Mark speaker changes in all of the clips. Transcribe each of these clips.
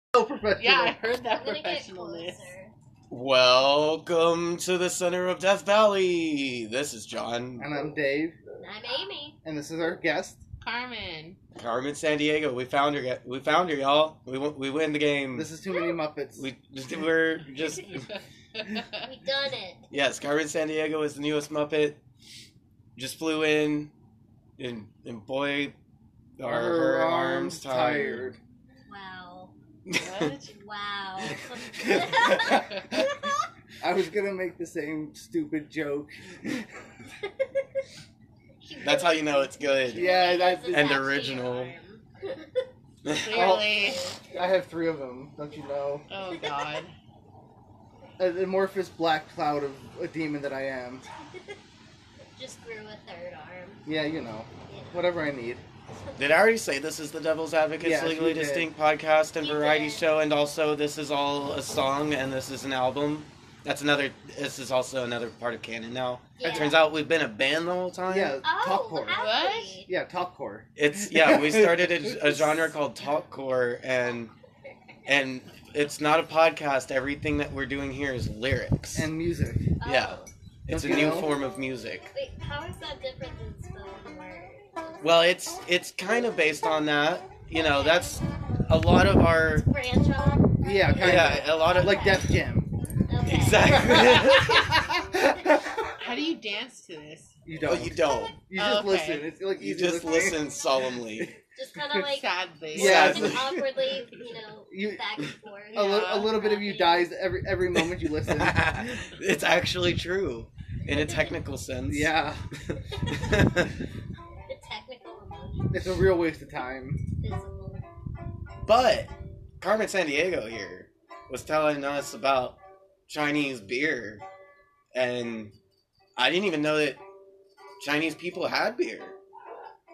Speaker 1: so professional.
Speaker 2: Yeah, I heard that
Speaker 3: I'm gonna get
Speaker 2: professionally.
Speaker 3: closer.
Speaker 4: Welcome to the center of Death Valley. This is John
Speaker 1: And I'm Dave,
Speaker 3: I'm Amy.
Speaker 1: and this is our guest.
Speaker 2: Carmen.
Speaker 4: Carmen San Diego. We found her. gu- We found her, y'all. We won- we win the game.
Speaker 1: This is Too Many Muppets.
Speaker 4: we just, we're just
Speaker 3: We done it.
Speaker 4: yes. Carmen San Diego is the newest Muppet. Just flew in, and and boy, are her, arms tired.
Speaker 3: Wow.
Speaker 2: What?
Speaker 3: Wow.
Speaker 1: I was gonna make the same stupid joke.
Speaker 4: That's how you know it's good.
Speaker 1: Yeah, that's-
Speaker 3: This is
Speaker 4: And
Speaker 3: actually
Speaker 4: original.
Speaker 3: your arm.
Speaker 2: Clearly.
Speaker 1: I have three of them, don't you know?
Speaker 2: Oh, God.
Speaker 1: An amorphous black cloud of a demon that I am.
Speaker 3: Just grew a third arm.
Speaker 1: Yeah, you know,
Speaker 3: Yeah.
Speaker 1: whatever I need.
Speaker 4: Did I already say this is the Devil's Advocates
Speaker 1: Yes,
Speaker 4: Legally
Speaker 1: you did.
Speaker 4: Distinct podcast and
Speaker 3: You
Speaker 4: variety
Speaker 3: did.
Speaker 4: show, and also this is all a song and this is an album. That's another. This is also another part of canon now.
Speaker 3: Yeah.
Speaker 4: It turns out we've been a band the whole time.
Speaker 1: Yeah,
Speaker 3: Oh,
Speaker 1: top core.
Speaker 3: have
Speaker 2: What?
Speaker 3: we?
Speaker 1: Yeah, top core.
Speaker 4: It's yeah. We started a, a genre called talkcore, and and it's not a podcast. Everything that we're doing here is lyrics.
Speaker 1: And music.
Speaker 3: Oh.
Speaker 4: Yeah. it's a
Speaker 1: Don't you
Speaker 4: new
Speaker 1: know?
Speaker 4: form of music.
Speaker 3: Wait, how is that different than spoken word?
Speaker 4: Well, it's it's kind of based on that. You know, that's a lot of our
Speaker 3: Branch off?
Speaker 1: Yeah, kinda.
Speaker 4: yeah. A lot of
Speaker 1: Like Def Jam.
Speaker 3: Okay.
Speaker 4: exactly.
Speaker 2: How do you dance to this?
Speaker 1: you
Speaker 4: No,
Speaker 1: don't.
Speaker 4: Oh, you
Speaker 1: you,
Speaker 4: don't.
Speaker 1: just
Speaker 2: Okay.
Speaker 1: listen. It's like
Speaker 4: You
Speaker 1: easy
Speaker 4: just
Speaker 1: listening.
Speaker 4: listen solemnly.
Speaker 3: Just kind of like
Speaker 2: Sadly.
Speaker 1: Yeah.
Speaker 3: and awkwardly, you know,
Speaker 1: You-
Speaker 3: back and forth.
Speaker 1: A, li- a little bit of you dies every every moment you listen.
Speaker 4: it's actually true in a technical sense.
Speaker 1: yeah,
Speaker 3: The technical emotion
Speaker 1: it's a real waste of time.
Speaker 3: visible.
Speaker 4: but Carmen San Diego here was telling us about Chinese beer, and I didn't even know that Chinese people had beer.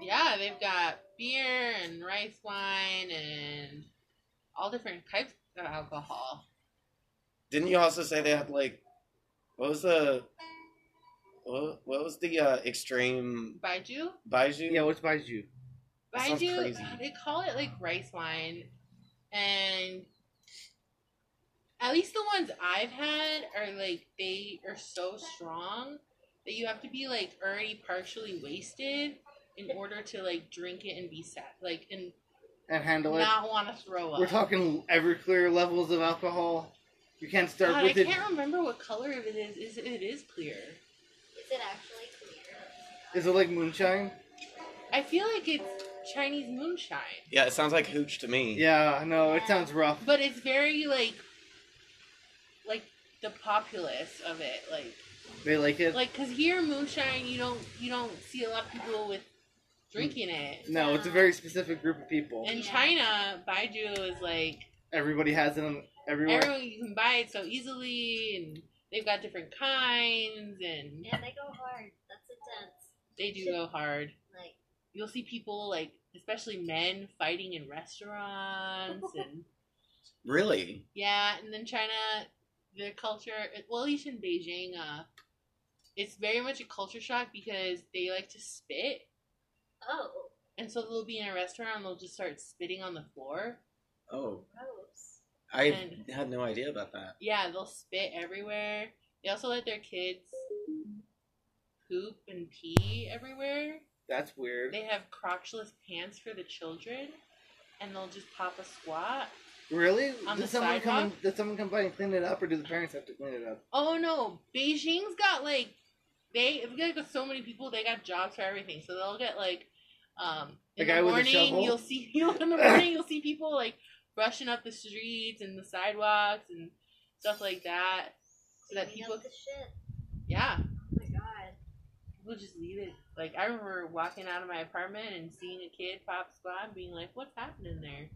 Speaker 2: Yeah, they've got beer and rice wine and all different types of alcohol.
Speaker 4: Didn't you also say they had like what was the what, what was the uh, extreme
Speaker 2: Baijiu?
Speaker 4: baijiu?
Speaker 1: Yeah, what's buys you?
Speaker 4: That sounds
Speaker 2: Baijiu,
Speaker 4: crazy.
Speaker 2: they call it like rice wine. And at least the ones I've had are like, they are so strong that you have to be like already partially wasted in order to like drink it and be sad, like, and
Speaker 1: And handle it.
Speaker 2: not want to throw up.
Speaker 1: We're talking Everclear levels of alcohol. You can't start
Speaker 2: God, I
Speaker 1: with it.
Speaker 2: can't remember what color it is. Is it is clear?
Speaker 3: Is it actually clear?
Speaker 1: Is it like moonshine?
Speaker 2: I feel like it's Chinese moonshine,
Speaker 4: Yeah, it sounds like hooch to me.
Speaker 1: Yeah, no, it sounds rough.
Speaker 2: but it's very like, like the populace of it, like,
Speaker 1: They like it.
Speaker 2: like because here moonshine, you don't you don't see a lot of people with drinking it.
Speaker 1: no, it's a very specific group of people.
Speaker 2: In
Speaker 3: Yeah.
Speaker 2: China, baijiu is like
Speaker 1: Everybody has it on everywhere.
Speaker 2: everyone you can buy it so easily, and they've got different kinds, and
Speaker 3: Yeah, they go hard. That's intense.
Speaker 2: they do go hard.
Speaker 3: Like,
Speaker 2: you'll see people like especially men fighting in restaurants and
Speaker 4: Really?
Speaker 2: yeah and then china the culture well at least in beijing uh it's very much a culture shock because they like to spit
Speaker 3: oh,
Speaker 2: and so they'll be in a restaurant and they'll just start spitting on the floor
Speaker 4: Oh,
Speaker 3: gross.
Speaker 4: I
Speaker 2: And-
Speaker 4: had no idea about that.
Speaker 2: yeah they'll spit everywhere they also let their kids poop and pee everywhere
Speaker 1: That's weird.
Speaker 2: they have crotchless pants for the children and they'll just pop a squat
Speaker 1: Really?
Speaker 2: On
Speaker 1: Did
Speaker 2: the
Speaker 1: someone come? and-
Speaker 2: sidewalk?
Speaker 1: Did someone come by and clean it up, or do the parents have to clean it up?
Speaker 2: Oh no, Beijing's got like they they've got like, so many people. They got jobs for everything, so they'll get like um
Speaker 1: The
Speaker 2: in
Speaker 1: guy
Speaker 2: the
Speaker 1: with the
Speaker 2: morning
Speaker 1: shovel?
Speaker 2: you'll see you in the morning you'll see people like brushing up the streets and the sidewalks and stuff like that. So that
Speaker 3: Cleaning
Speaker 2: people,
Speaker 3: up the shit.
Speaker 2: yeah,
Speaker 3: Oh my god.
Speaker 2: people just leave it. Like I remember walking out of my apartment and seeing a kid pop squat and being like, "What's happening there?"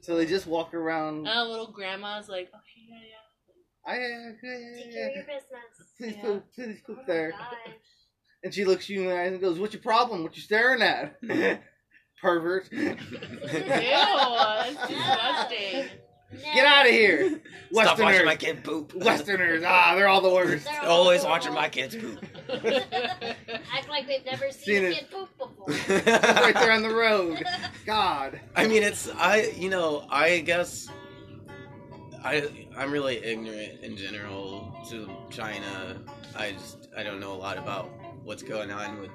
Speaker 1: So they just walk around. "Ah,
Speaker 2: And a little grandma's like, "Oh, "Okay, yeah, yeah."
Speaker 1: I,
Speaker 3: Take care of your business.
Speaker 1: please
Speaker 2: Yeah.
Speaker 1: poop, please
Speaker 3: Oh
Speaker 1: poop
Speaker 3: my
Speaker 1: there.
Speaker 3: gosh.
Speaker 1: And she looks you in the eyes and goes, "What's your problem? What you staring at, pervert?
Speaker 2: Ew, that's disgusting.
Speaker 1: Get out of here!
Speaker 4: Stop watching
Speaker 1: Westerners.
Speaker 4: my kid poop.
Speaker 1: Westerners, ah, they're all the worst.
Speaker 3: They're all
Speaker 4: Always
Speaker 3: cool.
Speaker 4: watching my kids poop.
Speaker 3: Act like they've never
Speaker 1: Seen
Speaker 3: seen, a
Speaker 1: it.
Speaker 3: kid poop before. Oh,
Speaker 1: right there on the road. God.
Speaker 4: I mean, it's I. You know, I guess I I'm really ignorant in general to China. I just I don't know a lot about what's going on with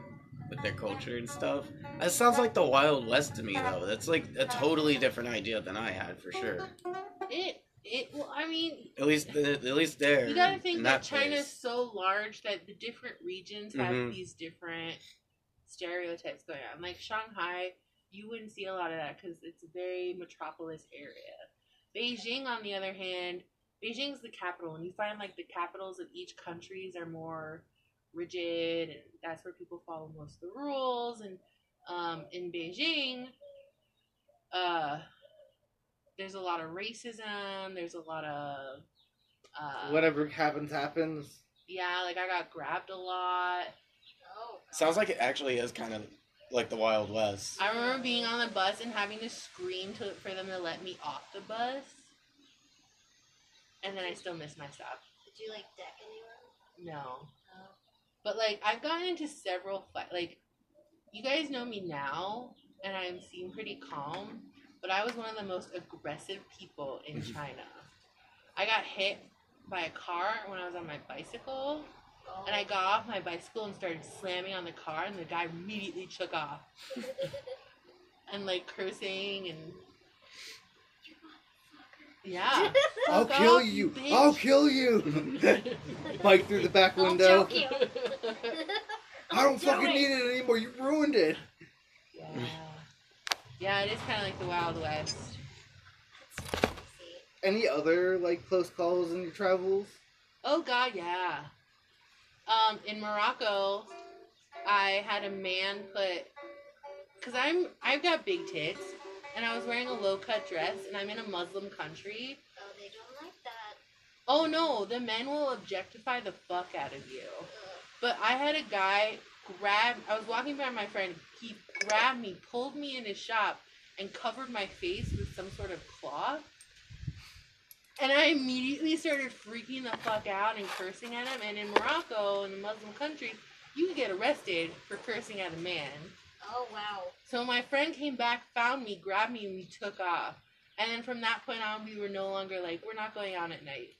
Speaker 4: with their culture and stuff. That sounds like the Wild West to me, though. That's like a totally different idea than I had for sure.
Speaker 2: It it well, I mean,
Speaker 4: At least at least there.
Speaker 2: you gotta
Speaker 4: in
Speaker 2: think that, China's
Speaker 4: place.
Speaker 2: so large that the different regions have
Speaker 4: Mhm.
Speaker 2: these different stereotypes going on. Like Shanghai, you wouldn't see a lot of that because it's a very metropolis area. Beijing, on the other hand, Beijing's the capital, and you find like the capitals of each countries are more rigid, and that's where people follow most of the rules. And um, in Beijing, uh, there's a lot of racism. There's a lot of uh,
Speaker 1: Whatever happens, happens.
Speaker 2: yeah, like I got grabbed a lot.
Speaker 3: Oh,
Speaker 4: Sounds like it actually is kind of like the Wild West.
Speaker 2: I remember being on the bus and having to scream to for them to let me off the bus, and then I still missed my stop.
Speaker 3: did you like deck anyone?
Speaker 2: No,
Speaker 3: Oh.
Speaker 2: but like I've gotten into several fight. Like you guys know me now, and I seem pretty calm. But I was one of the most aggressive people in China. I got hit by a car when I was on my bicycle.
Speaker 3: Oh.
Speaker 2: And I got off my bicycle and started slamming on the car, and the guy immediately took off and like cursing and yeah.
Speaker 1: Ah. I'll
Speaker 2: Fuck
Speaker 1: kill
Speaker 2: off,
Speaker 1: you.
Speaker 2: bitch.
Speaker 1: I'll kill you. Bike through the back
Speaker 3: I'll
Speaker 1: window.
Speaker 3: choke you.
Speaker 1: I don't
Speaker 3: do
Speaker 1: fucking
Speaker 3: it.
Speaker 1: need it anymore. You ruined it.
Speaker 2: yeah. Yeah, it is kind of like the Wild West.
Speaker 3: That's crazy.
Speaker 1: Any other like close calls in your travels?
Speaker 2: Oh God, yeah. Um, in Morocco, I had a man put, cause I'm I've got big tits, and I was wearing a low cut dress, and I'm in a Muslim country.
Speaker 3: Oh, they don't like that.
Speaker 2: Oh no, the men will objectify the fuck out of you.
Speaker 3: Ugh.
Speaker 2: But I had a guy grab. I was walking by my friend. He grabbed me, pulled me in his shop, and covered my face with some sort of cloth. And I immediately started freaking the fuck out and cursing at him. And in Morocco, in a Muslim country, you can get arrested for cursing at a man.
Speaker 3: Oh wow.
Speaker 2: So my friend came back, found me, grabbed me, and we took off. And then from that point on, we were no longer like, we're not going out at night.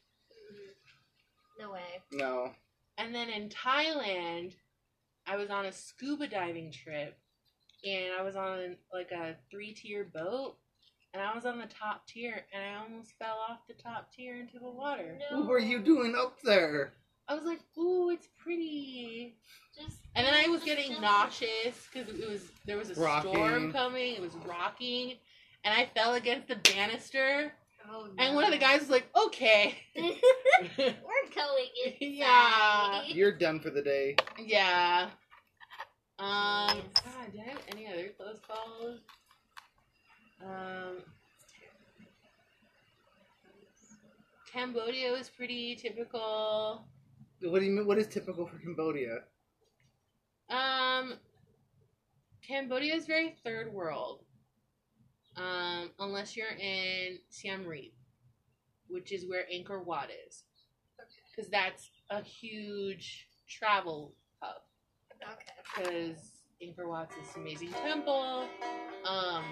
Speaker 3: Mhm. No way.
Speaker 1: No.
Speaker 2: And then in Thailand, I was on a scuba diving trip and I was on like a three tier boat and I was on the top tier and I almost fell off the top tier into the water.
Speaker 3: No.
Speaker 1: What were you doing up there?
Speaker 2: I was like, ooh, it's pretty.
Speaker 3: Just.
Speaker 2: And then I was
Speaker 3: just
Speaker 2: getting
Speaker 3: don't.
Speaker 2: nauseous because it was there was a
Speaker 1: Rocking.
Speaker 2: storm coming, it was rocking, and I fell against the banister.
Speaker 3: Oh, no.
Speaker 2: And one of the guys was like, okay.
Speaker 3: We're going inside.
Speaker 2: Yeah.
Speaker 1: You're done for the day.
Speaker 2: Yeah. Um.
Speaker 3: Nice.
Speaker 2: God, did I have any other close calls? Um. Cambodia was pretty typical.
Speaker 1: What do you mean? What is typical for Cambodia?
Speaker 2: Um. Cambodia is very third world. Um, unless you're in Siem Reap, which is where Angkor Wat is, because that's a huge travel hub.
Speaker 3: Okay.
Speaker 2: because Angkor Wat's this amazing temple. Um,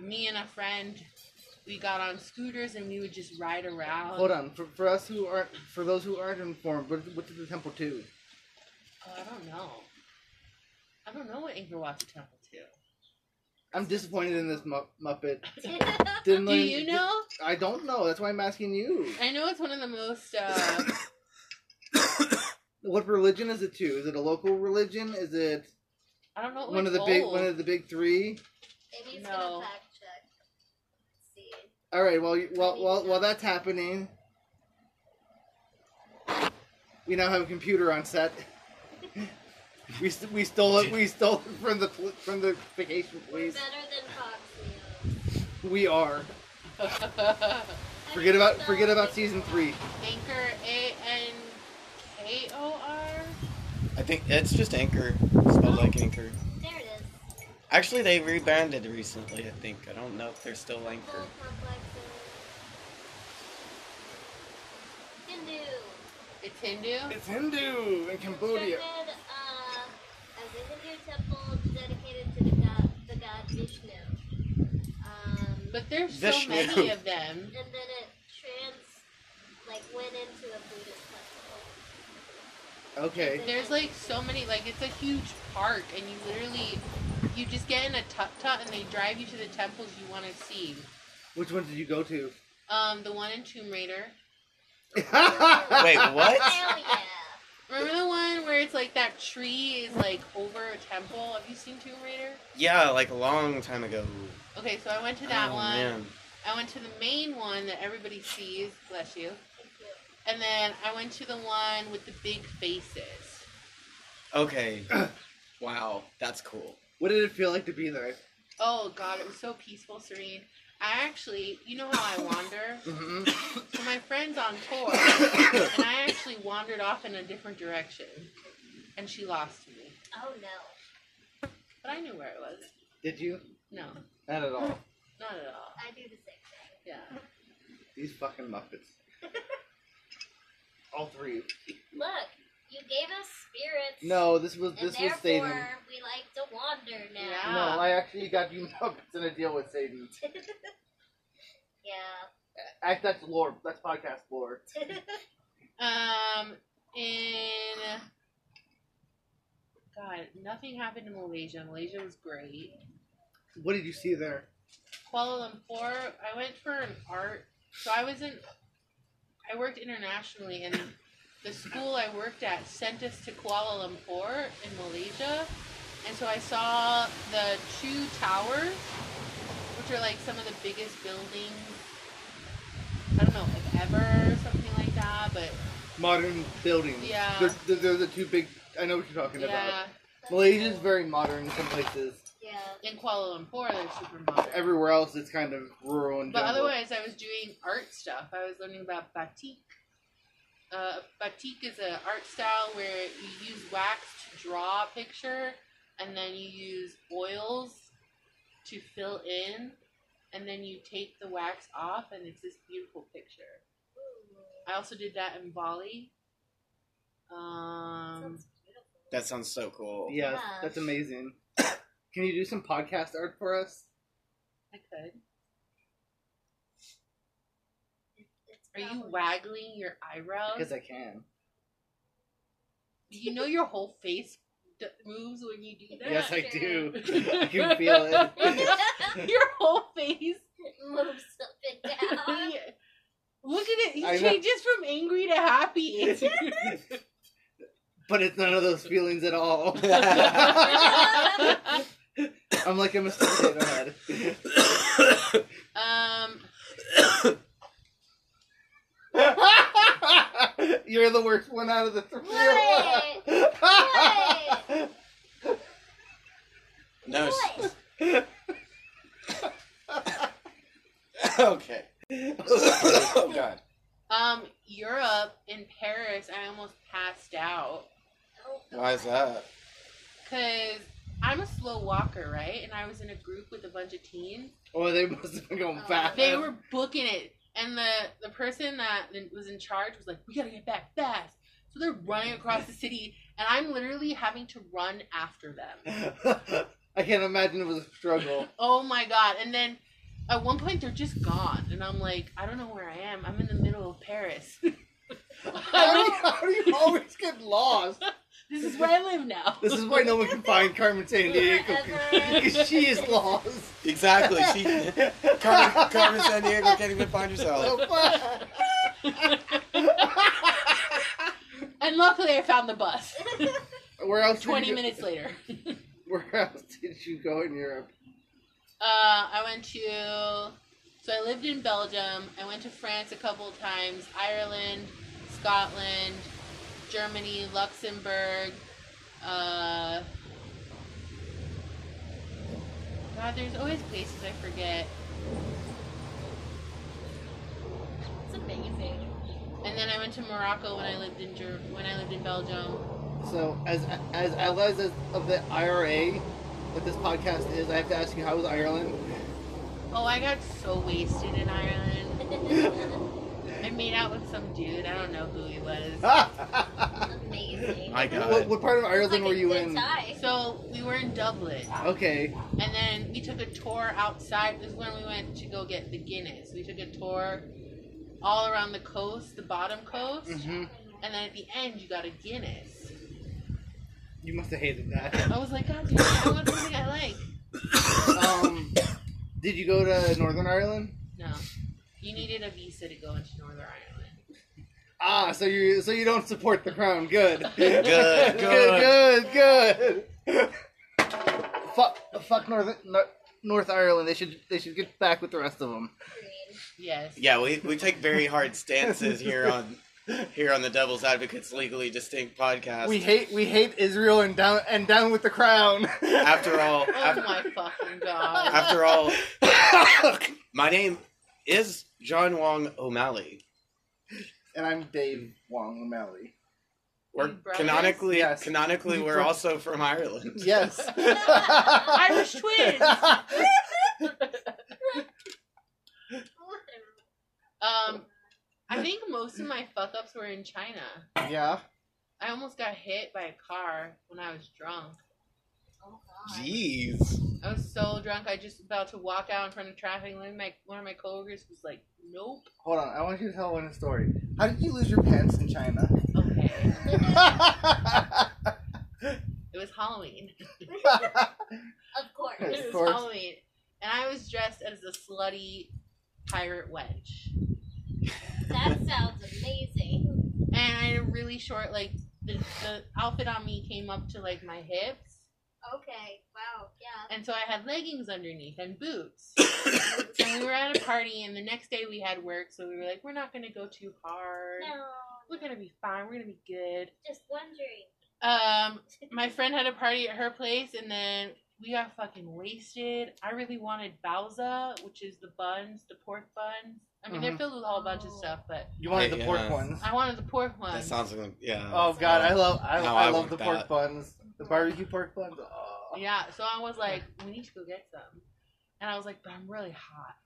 Speaker 2: me and a friend, we got on scooters and we would just ride around.
Speaker 1: Hold on. For, for us who aren't, for those who aren't informed, what, what did the temple do?
Speaker 2: Oh, I don't know. I don't know what Angkor Wat's a temple to.
Speaker 1: I'm disappointed in this mu- Muppet.
Speaker 3: That's
Speaker 1: Didn't
Speaker 2: Do
Speaker 1: learn-
Speaker 2: you know?
Speaker 1: I don't know. That's why I'm asking you.
Speaker 2: I know it's one of the most. Uh,
Speaker 1: What religion is it to? Is it a local religion? Is it
Speaker 2: I don't know.
Speaker 1: one of the big one of the big three?
Speaker 3: Maybe he's
Speaker 2: No.
Speaker 3: gonna fact check. Let's see.
Speaker 1: All right. Well, you- while while while that's happening, we now have a computer on set. we st- we stole it. We stole it from the pol- from the vacation
Speaker 3: We're
Speaker 1: police.
Speaker 3: better than Fox News.
Speaker 1: We are.
Speaker 3: I
Speaker 1: Forget
Speaker 3: mean,
Speaker 1: about
Speaker 3: so
Speaker 1: forget about
Speaker 3: it's-
Speaker 1: season three.
Speaker 2: Anchor A N K O R.
Speaker 4: I think it's just Anchor. Spelled like Anchor.
Speaker 3: There it is.
Speaker 4: Actually, they rebranded recently. I think. I don't know if they're still Anchor.
Speaker 3: Full complexes. Hindu.
Speaker 2: It's Hindu.
Speaker 1: It's Hindu in Cambodia.
Speaker 3: Started, uh, as a Hindu temple dedicated to the god, the god Vishnu. Um,
Speaker 2: But there's so
Speaker 4: Vishnu.
Speaker 2: many of them.
Speaker 3: and then it trans, like, went into a Buddhist temple.
Speaker 1: Okay.
Speaker 2: There's like so many. Like it's a huge park, and you literally, you just get in a tut tut, and they drive you to the temples you want to see.
Speaker 1: Which one did you go to?
Speaker 2: Um, the one in Tomb Raider.
Speaker 1: Wait,
Speaker 4: Wait, what?
Speaker 3: Hell yeah.
Speaker 2: Remember the one where it's like that tree is like over a temple? Have you seen Tomb Raider?
Speaker 4: Yeah, like a long time ago.
Speaker 2: Okay, so I went to that
Speaker 4: Oh,
Speaker 2: one.
Speaker 4: man.
Speaker 2: I went to the main one that everybody sees. Bless you.
Speaker 3: Thank you.
Speaker 2: And then I went to the one with the big faces.
Speaker 4: Okay. wow, that's cool.
Speaker 1: What did it feel like to be there?
Speaker 2: Oh God, it was so peaceful, serene. I actually, you know how I wander.
Speaker 1: hmm
Speaker 2: So my friend's on tour, and I actually wandered off in a different direction, and she lost me.
Speaker 3: Oh no.
Speaker 2: But I knew where it was.
Speaker 1: Did you?
Speaker 2: No,
Speaker 1: Not at all.
Speaker 2: not at all.
Speaker 3: I do the same thing.
Speaker 2: Yeah.
Speaker 1: These fucking Muppets. All three.
Speaker 3: Look, you gave us spirits.
Speaker 1: No, this was
Speaker 3: and
Speaker 1: this was
Speaker 3: therefore
Speaker 1: Satan.
Speaker 3: we like to wander now.
Speaker 2: Yeah.
Speaker 1: No, I actually got you Muppets in a deal with Satan.
Speaker 3: Yeah.
Speaker 1: Act that's lore. That's podcast lore.
Speaker 2: Um, in God, nothing happened in Malaysia. Malaysia was great.
Speaker 1: What did you see there?
Speaker 2: Kuala Lumpur, I went for an art. So I was in, I worked internationally, and the school I worked at sent us to Kuala Lumpur in Malaysia. And so I saw the Chu Towers, which are like some of the biggest buildings, I don't know, if ever, or something like that. But
Speaker 1: Modern buildings.
Speaker 2: Yeah.
Speaker 1: They're, they're, they're the two big. I know what you're talking
Speaker 2: yeah,
Speaker 1: about. Malaysia's very modern in some places.
Speaker 3: Yeah.
Speaker 2: in Kuala Lumpur, they're super modern.
Speaker 1: Everywhere else, it's kind of rural and.
Speaker 2: But
Speaker 1: jungle.
Speaker 2: otherwise, I was doing art stuff. I was learning about batik. Uh, batik is an art style where you use wax to draw a picture, and then you use oils to fill in, and then you take the wax off, and it's this beautiful picture.
Speaker 3: Ooh,
Speaker 2: I also did that in Bali. Um,
Speaker 3: sounds beautiful.
Speaker 4: That sounds so cool.
Speaker 1: Yeah,
Speaker 3: Yeah.
Speaker 1: that's amazing. Can you do some podcast art for us?
Speaker 2: I could.
Speaker 3: It's
Speaker 2: Are you
Speaker 3: probably-
Speaker 2: waggling your eyebrows?
Speaker 1: Because I can.
Speaker 2: You know your whole face d- moves when you do that.
Speaker 1: Yes, I do. I
Speaker 2: I
Speaker 1: can feel it.
Speaker 2: Your whole face.
Speaker 3: moves up and down.
Speaker 2: He- look at it. He
Speaker 1: I know.
Speaker 2: changes from angry to happy.
Speaker 1: but it's none of those feelings at all.
Speaker 2: um,
Speaker 1: I'm like a Mr. Potato Head.
Speaker 2: Um,
Speaker 1: You're the worst one out of the three.
Speaker 3: What?
Speaker 4: no. s-
Speaker 3: What?
Speaker 4: okay. oh god.
Speaker 2: um, Europe in Paris, I almost passed out
Speaker 3: Oh, God.
Speaker 4: Why is that?
Speaker 2: because I'm a slow walker, right? And I was in a group with a bunch of teens.
Speaker 1: Oh, they must have been going
Speaker 3: Oh.
Speaker 1: fast.
Speaker 2: They were booking it, and the the person that was in charge was like, "We gotta get back fast." So they're running across the city, and I'm literally having to run after them.
Speaker 1: I can't imagine it was a struggle.
Speaker 2: Oh my god. And then at one point they're just gone. And I'm like, I don't know where I am. I'm in the middle of Paris.
Speaker 1: How do, you, how do you always get lost?
Speaker 2: this is where I live now.
Speaker 1: This is why no one can find Carmen San Diego.
Speaker 3: Wherever.
Speaker 1: she is lost.
Speaker 4: Exactly. She Carmen, Carmen San Diego can't even find herself.
Speaker 1: So far.
Speaker 2: And luckily I found the bus.
Speaker 1: Where else? did
Speaker 2: 20
Speaker 1: you-
Speaker 2: minutes later.
Speaker 1: Where else did you go in Europe?
Speaker 2: Uh, I went to. So I lived in Belgium. I went to France a couple of times, Ireland, Scotland, Germany, Luxembourg. Uh, God, there's always places I forget.
Speaker 3: It's amazing.
Speaker 2: And then I went to Morocco when I lived in Ger- when I lived in Belgium.
Speaker 1: So, as as allies as, of the IRA, that this podcast is, I have to ask you, how was Ireland?
Speaker 2: Oh, I got so wasted in Ireland. I made out with some dude. I don't know who he was.
Speaker 1: what,
Speaker 2: Oh
Speaker 3: Amazing.
Speaker 4: My God.
Speaker 1: what part of Ireland were you in?
Speaker 2: So we were in Dublin,
Speaker 1: Okay.
Speaker 2: and then we took a tour outside. This is when we went to go get the Guinness. We took a tour all around the coast, the bottom coast,
Speaker 1: hmm
Speaker 2: and then at the end you got a Guinness.
Speaker 1: You must have hated that.
Speaker 2: I was like, God damn it, I want something I like.
Speaker 1: Um, did you go to Northern Ireland?
Speaker 2: No, you needed a visa to go into Northern Ireland.
Speaker 1: Ah, so you so you don't support the crown. Good.
Speaker 2: Good,
Speaker 1: good, good, good. fuck, fuck North, Nor- North Ireland. They should they should get back with the rest of them.
Speaker 2: Yes.
Speaker 4: Yeah, we, we take very hard stances here on here on the Devil's Advocates Legally Distinct podcast.
Speaker 1: We hate we hate Israel and down and down with the crown.
Speaker 4: after all,
Speaker 2: Oh
Speaker 4: af-
Speaker 2: my fucking god.
Speaker 4: after all, my name is John Wong O'Malley.
Speaker 1: and I'm Dave Wong O'Malley.
Speaker 4: We're
Speaker 2: You brothers?
Speaker 4: canonically
Speaker 1: Yes.
Speaker 4: canonically
Speaker 1: You
Speaker 4: we're
Speaker 1: bro-
Speaker 4: also from Ireland.
Speaker 1: Yes.
Speaker 2: Irish twins. Um, I think most of my fuck ups were in China.
Speaker 1: yeah.
Speaker 2: I almost got hit by a car when I was drunk.
Speaker 3: Oh
Speaker 4: Jeez.
Speaker 2: I was so drunk, I just about to walk out in front of traffic, and then my one of my coworkers was like, "Nope,
Speaker 1: Hold on, I want you to tell one story. How did you lose your pants in China?
Speaker 2: okay." It was Halloween.
Speaker 3: Of course.
Speaker 1: Of
Speaker 2: It was
Speaker 1: course.
Speaker 2: Halloween, and I was dressed as a slutty pirate wench,
Speaker 3: That sounds amazing.
Speaker 2: and I had a really short like the, the outfit on me came up to like my hips,
Speaker 3: Okay. Wow. Yeah.
Speaker 2: and so I had leggings underneath and boots. and we were at a party, and the next day we had work, so we were like, we're not gonna go too hard.
Speaker 3: No.
Speaker 2: We're gonna be fine. We're gonna be good.
Speaker 3: Just wondering.
Speaker 2: Um, my friend had a party at her place, and then we got fucking wasted. I really wanted balza, which is the buns, the pork buns. I mean, they're
Speaker 1: Mhm.
Speaker 2: filled with a whole bunch of stuff, but
Speaker 1: you wanted
Speaker 4: Yeah,
Speaker 1: the pork
Speaker 4: yeah.
Speaker 1: ones.
Speaker 2: I wanted the pork
Speaker 4: That
Speaker 2: ones.
Speaker 4: sounds like yeah.
Speaker 1: Oh god, I love I,
Speaker 4: um, How
Speaker 1: I
Speaker 4: I
Speaker 1: love
Speaker 4: want
Speaker 1: the
Speaker 4: that.
Speaker 1: pork buns. The barbecue pork buns. Oh.
Speaker 2: yeah, so I was like, we need to go get some, and I was like, but I'm really hot,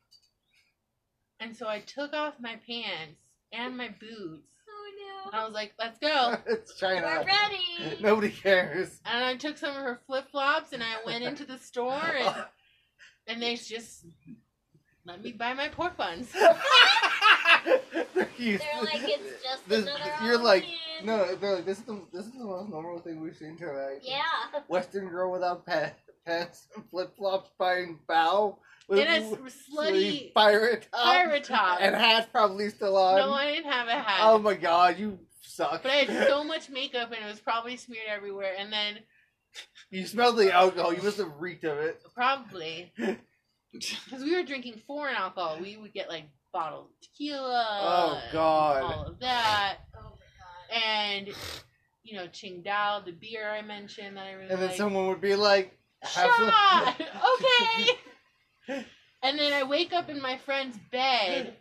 Speaker 2: and so I took off my pants and my boots,
Speaker 3: Oh
Speaker 2: and I was like, let's go.
Speaker 1: it's
Speaker 3: We're
Speaker 1: China.
Speaker 3: ready.
Speaker 1: Nobody cares.
Speaker 2: And I took some of her flip flops and I went into the store and, and they just let me buy my pork buns.
Speaker 1: They're
Speaker 3: They're
Speaker 1: used-
Speaker 3: like it's just
Speaker 1: This-
Speaker 3: another.
Speaker 1: you're like
Speaker 3: Halloween.
Speaker 1: no, they're like this is the this is the most normal thing we've seen tonight.
Speaker 3: Yeah.
Speaker 1: Western girl without pa- pants and flip flops buying bow
Speaker 2: In
Speaker 1: with
Speaker 2: a s- slutty
Speaker 1: pirate top
Speaker 2: pirate top.
Speaker 1: and hat probably still on.
Speaker 2: No, I didn't have a hat.
Speaker 1: oh my god, you suck.
Speaker 2: but I had so much makeup and it was probably smeared everywhere. And then
Speaker 1: you smelled the alcohol. You must have reeked of it.
Speaker 2: probably, because we were drinking foreign alcohol, we would get like bottled tequila.
Speaker 1: Oh god.
Speaker 2: All of that.
Speaker 3: Oh my god.
Speaker 2: And, you know, Qingdao, the beer I mentioned that I really
Speaker 1: And then
Speaker 2: liked.
Speaker 1: someone would be like, have some-
Speaker 2: Shot! okay. And then I wake up in my friend's bed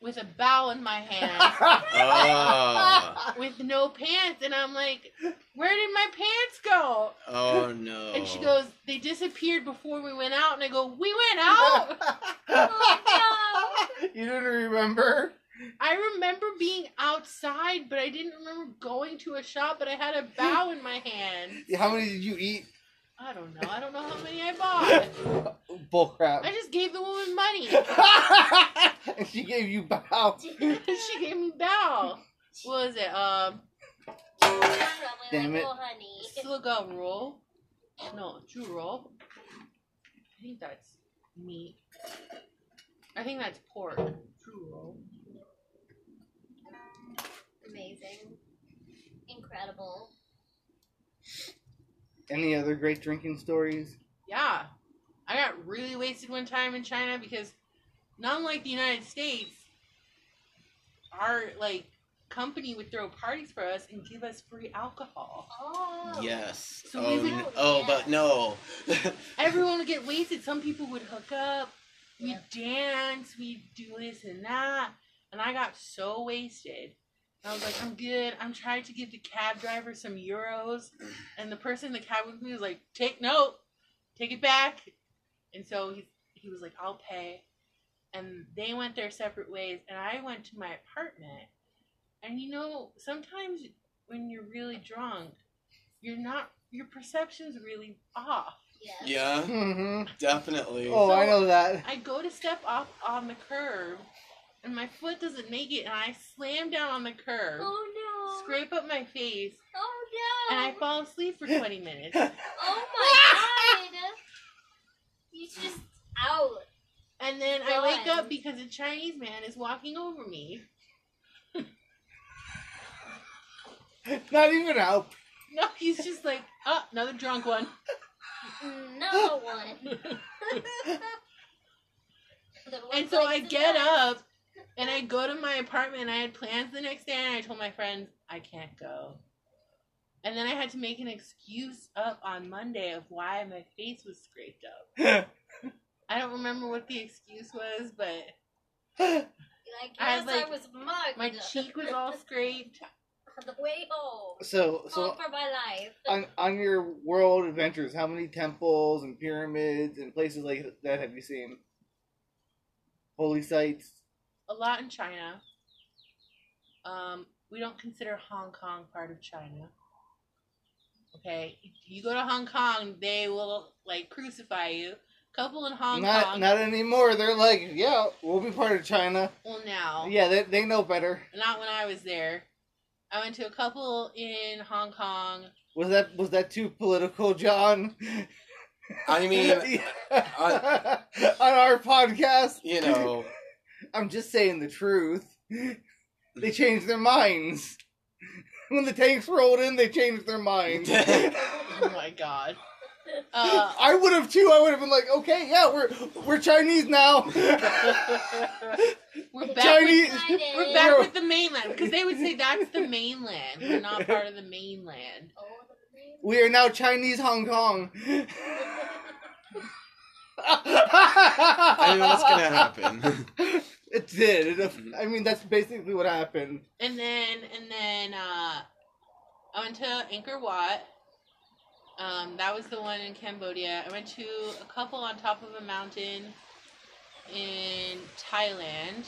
Speaker 2: with a bow in my hand
Speaker 4: Oh,
Speaker 2: with no pants. And I'm like, where did my pants go?
Speaker 4: oh no.
Speaker 2: And she goes, they disappeared before we went out. And I go, we went out?
Speaker 3: Oh,
Speaker 1: You didn't remember?
Speaker 2: I remember being outside, but I didn't remember going to a shop, but I had a bow in my hand.
Speaker 1: How many did you eat?
Speaker 2: I don't know. I don't know how many I bought. I
Speaker 1: Bullcrap.
Speaker 2: just gave the woman money.
Speaker 1: and she gave you bow.
Speaker 2: she gave me bow. What was it? Um,
Speaker 3: Probably
Speaker 1: Damn
Speaker 3: like,
Speaker 1: it.
Speaker 3: Oh, honey.
Speaker 2: Sluga roll. No, Jew roll. I think that's meat. I think that's pork. Jew roll.
Speaker 3: Amazing. Incredible.
Speaker 1: Any other great drinking stories?
Speaker 2: Yeah. I got really wasted one time in China because not unlike the United States, our like company would throw parties for us and give us free alcohol.
Speaker 3: Oh.
Speaker 4: Yes.
Speaker 2: So
Speaker 4: oh,
Speaker 2: we
Speaker 3: would-
Speaker 4: n- oh, but no.
Speaker 2: Everyone would get wasted. Some people would hook up. We'd dance. We'd do this and that. And I got so wasted. I was like, I'm good. I'm trying to give the cab driver some euros. And the person in the cab with me was like, take note, take it back. And so he, he was like, I'll pay. and they went their separate ways, and I went to my apartment. And you know, sometimes when you're really drunk, you're not your perception's really off.
Speaker 3: Yes.
Speaker 4: Yeah,
Speaker 1: Mm-hmm.
Speaker 4: definitely.
Speaker 1: Oh, I know that.
Speaker 2: I go to step off on the curb, and my foot doesn't make it, and I slam down on the curb,
Speaker 3: Oh no.
Speaker 2: scrape up my face,
Speaker 3: Oh no.
Speaker 2: and I fall asleep for 20 minutes.
Speaker 3: Oh my god. You just out.
Speaker 2: And then I wake
Speaker 3: Run.
Speaker 2: up because a Chinese man is walking over me.
Speaker 1: Not even help.
Speaker 2: No, he's just like, oh, another drunk one.
Speaker 3: Another one. The one
Speaker 2: And so I
Speaker 3: place is
Speaker 2: get
Speaker 3: that.
Speaker 2: up and I go to my apartment. and I had plans the next day, and I told my friends I can't go. And then I had to make an excuse up on Monday of why my face was scraped up. I don't remember what the excuse was, but
Speaker 3: Like, yes,
Speaker 2: I
Speaker 3: I,
Speaker 2: had, like,
Speaker 3: was mugged.
Speaker 2: my cheek was all scraped.
Speaker 3: on the way home.
Speaker 1: so,
Speaker 3: home
Speaker 1: so
Speaker 3: for my life.
Speaker 1: on, on your world adventures, how many temples and pyramids and places like that have you seen? Holy sites.
Speaker 2: A lot in China. Um, we don't consider Hong Kong part of China. Okay, you go to Hong Kong, they will like crucify you. Couple in Hong
Speaker 1: not
Speaker 2: Kong.
Speaker 1: not anymore. They're like, yeah, we'll be part of China.
Speaker 2: well, now.
Speaker 1: Yeah, they, they know better.
Speaker 2: Not when I was there. I went to a couple in Hong Kong.
Speaker 1: Was that was that too political, John?
Speaker 4: I mean,
Speaker 1: on our podcast,
Speaker 4: you know,
Speaker 1: I'm just saying the truth. They changed their minds. When the tanks rolled in, they changed their minds.
Speaker 2: Oh my god. Uh,
Speaker 1: I would have too. I would have been like, okay, yeah, we're we're Chinese now.
Speaker 2: we're back.
Speaker 1: Chinese.
Speaker 2: With, we're back with the mainland because they would say that's the mainland. We're not part of the mainland.
Speaker 3: Oh,
Speaker 1: We are now Chinese Hong Kong.
Speaker 4: I
Speaker 1: I
Speaker 4: mean, that's gonna happen.
Speaker 1: It did. It, I mean, that's basically what happened.
Speaker 2: And then and then uh, I went to Angkor Wat. Um, that was the one in Cambodia. I went to a couple on top of a mountain in Thailand.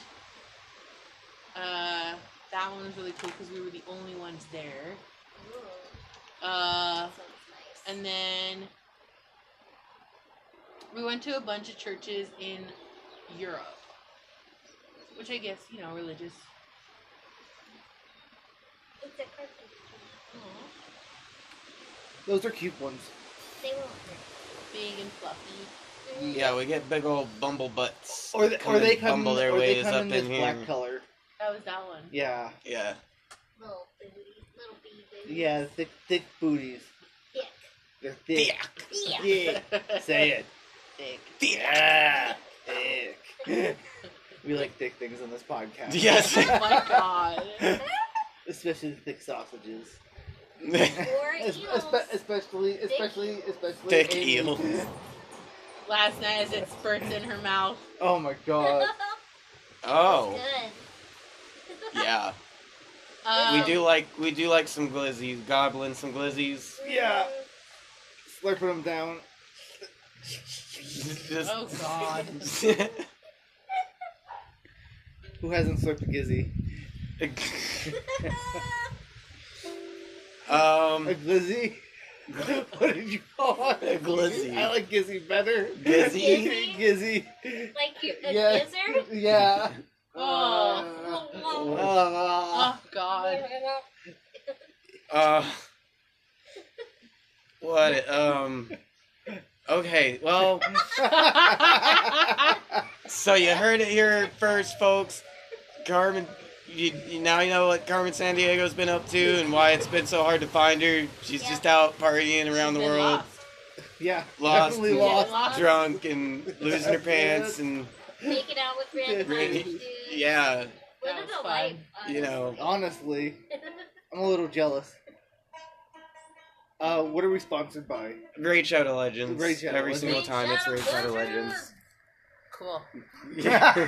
Speaker 2: Uh, that one was really cool because we were the only ones there.
Speaker 3: Ooh,
Speaker 2: Uh,
Speaker 3: sounds nice.
Speaker 2: and then we went to a bunch of churches in Europe, which I guess you know religious.
Speaker 3: it's a carpenter. tree.
Speaker 1: Those are cute ones.
Speaker 3: They won't
Speaker 2: Big and fluffy.
Speaker 3: hurt. Mm.
Speaker 4: yeah, we get big old bumble butts.
Speaker 1: Or they,
Speaker 4: come
Speaker 1: or
Speaker 4: and
Speaker 1: they come,
Speaker 4: bumble their
Speaker 1: or they
Speaker 4: ways
Speaker 1: come
Speaker 4: up
Speaker 1: in this
Speaker 4: here.
Speaker 1: black color.
Speaker 2: That was that one.
Speaker 1: Yeah,
Speaker 4: Yeah,
Speaker 3: Little booty. Little bee booty.
Speaker 1: yeah, thick, thick booties.
Speaker 3: Thick.
Speaker 1: They're thick.
Speaker 3: Yeah.
Speaker 1: Thick. Say it.
Speaker 2: Thick.
Speaker 1: Yeah, thick. we like thick things on this podcast.
Speaker 4: Yes.
Speaker 2: Oh my god.
Speaker 1: especially thick sausages.
Speaker 4: yeah.
Speaker 3: Or
Speaker 1: Es-
Speaker 3: eels.
Speaker 1: espe- especially, especially, especially
Speaker 4: Thick
Speaker 1: Amy.
Speaker 4: eels.
Speaker 2: Last night as it spurts in her mouth.
Speaker 1: Oh my god.
Speaker 4: oh,
Speaker 3: Good.
Speaker 4: yeah.
Speaker 2: Um,
Speaker 4: We do like we do like some glizzies, goblins, some glizzies.
Speaker 1: Yeah. Slurping them down.
Speaker 4: Just-
Speaker 2: Oh god.
Speaker 1: Who hasn't slurped a gizzy? Oh. A
Speaker 4: um,
Speaker 1: glizzy? what did you call it?
Speaker 4: A glizzy.
Speaker 1: I like gizzy better.
Speaker 4: Gizzy?
Speaker 1: gizzy.
Speaker 3: Like you're a
Speaker 1: Yeah.
Speaker 3: gizzard?
Speaker 1: Yeah.
Speaker 2: Oh.
Speaker 1: Uh,
Speaker 3: Oh,
Speaker 1: uh,
Speaker 2: Oh god.
Speaker 4: uh, what? Um, okay. Well, so you heard it here first, folks. Carmen, you, you now you know what Carmen San Diego's been up to and why it's been so hard to find her. She's
Speaker 3: Yeah.
Speaker 4: just out partying around the
Speaker 2: Been
Speaker 4: world,
Speaker 2: lost.
Speaker 1: yeah.
Speaker 4: Lost.
Speaker 1: Definitely
Speaker 2: Yeah,
Speaker 1: lost.
Speaker 2: lost.
Speaker 4: drunk and losing her pants and
Speaker 3: Making out with random
Speaker 4: Really?
Speaker 3: dudes.
Speaker 4: yeah.
Speaker 3: What
Speaker 2: That
Speaker 3: is
Speaker 2: was
Speaker 3: a life?
Speaker 4: fun. You know.
Speaker 1: Honestly,
Speaker 3: honestly?
Speaker 1: I'm a little jealous. Uh, what are we sponsored by?
Speaker 4: Raid Shadow Legends.
Speaker 1: Raid Shadow
Speaker 4: Every
Speaker 1: Legends.
Speaker 4: single
Speaker 3: Big
Speaker 4: time it's
Speaker 3: shout
Speaker 4: Raid
Speaker 3: out
Speaker 4: Shadow
Speaker 3: Blizzard!
Speaker 4: Legends.
Speaker 2: Cool.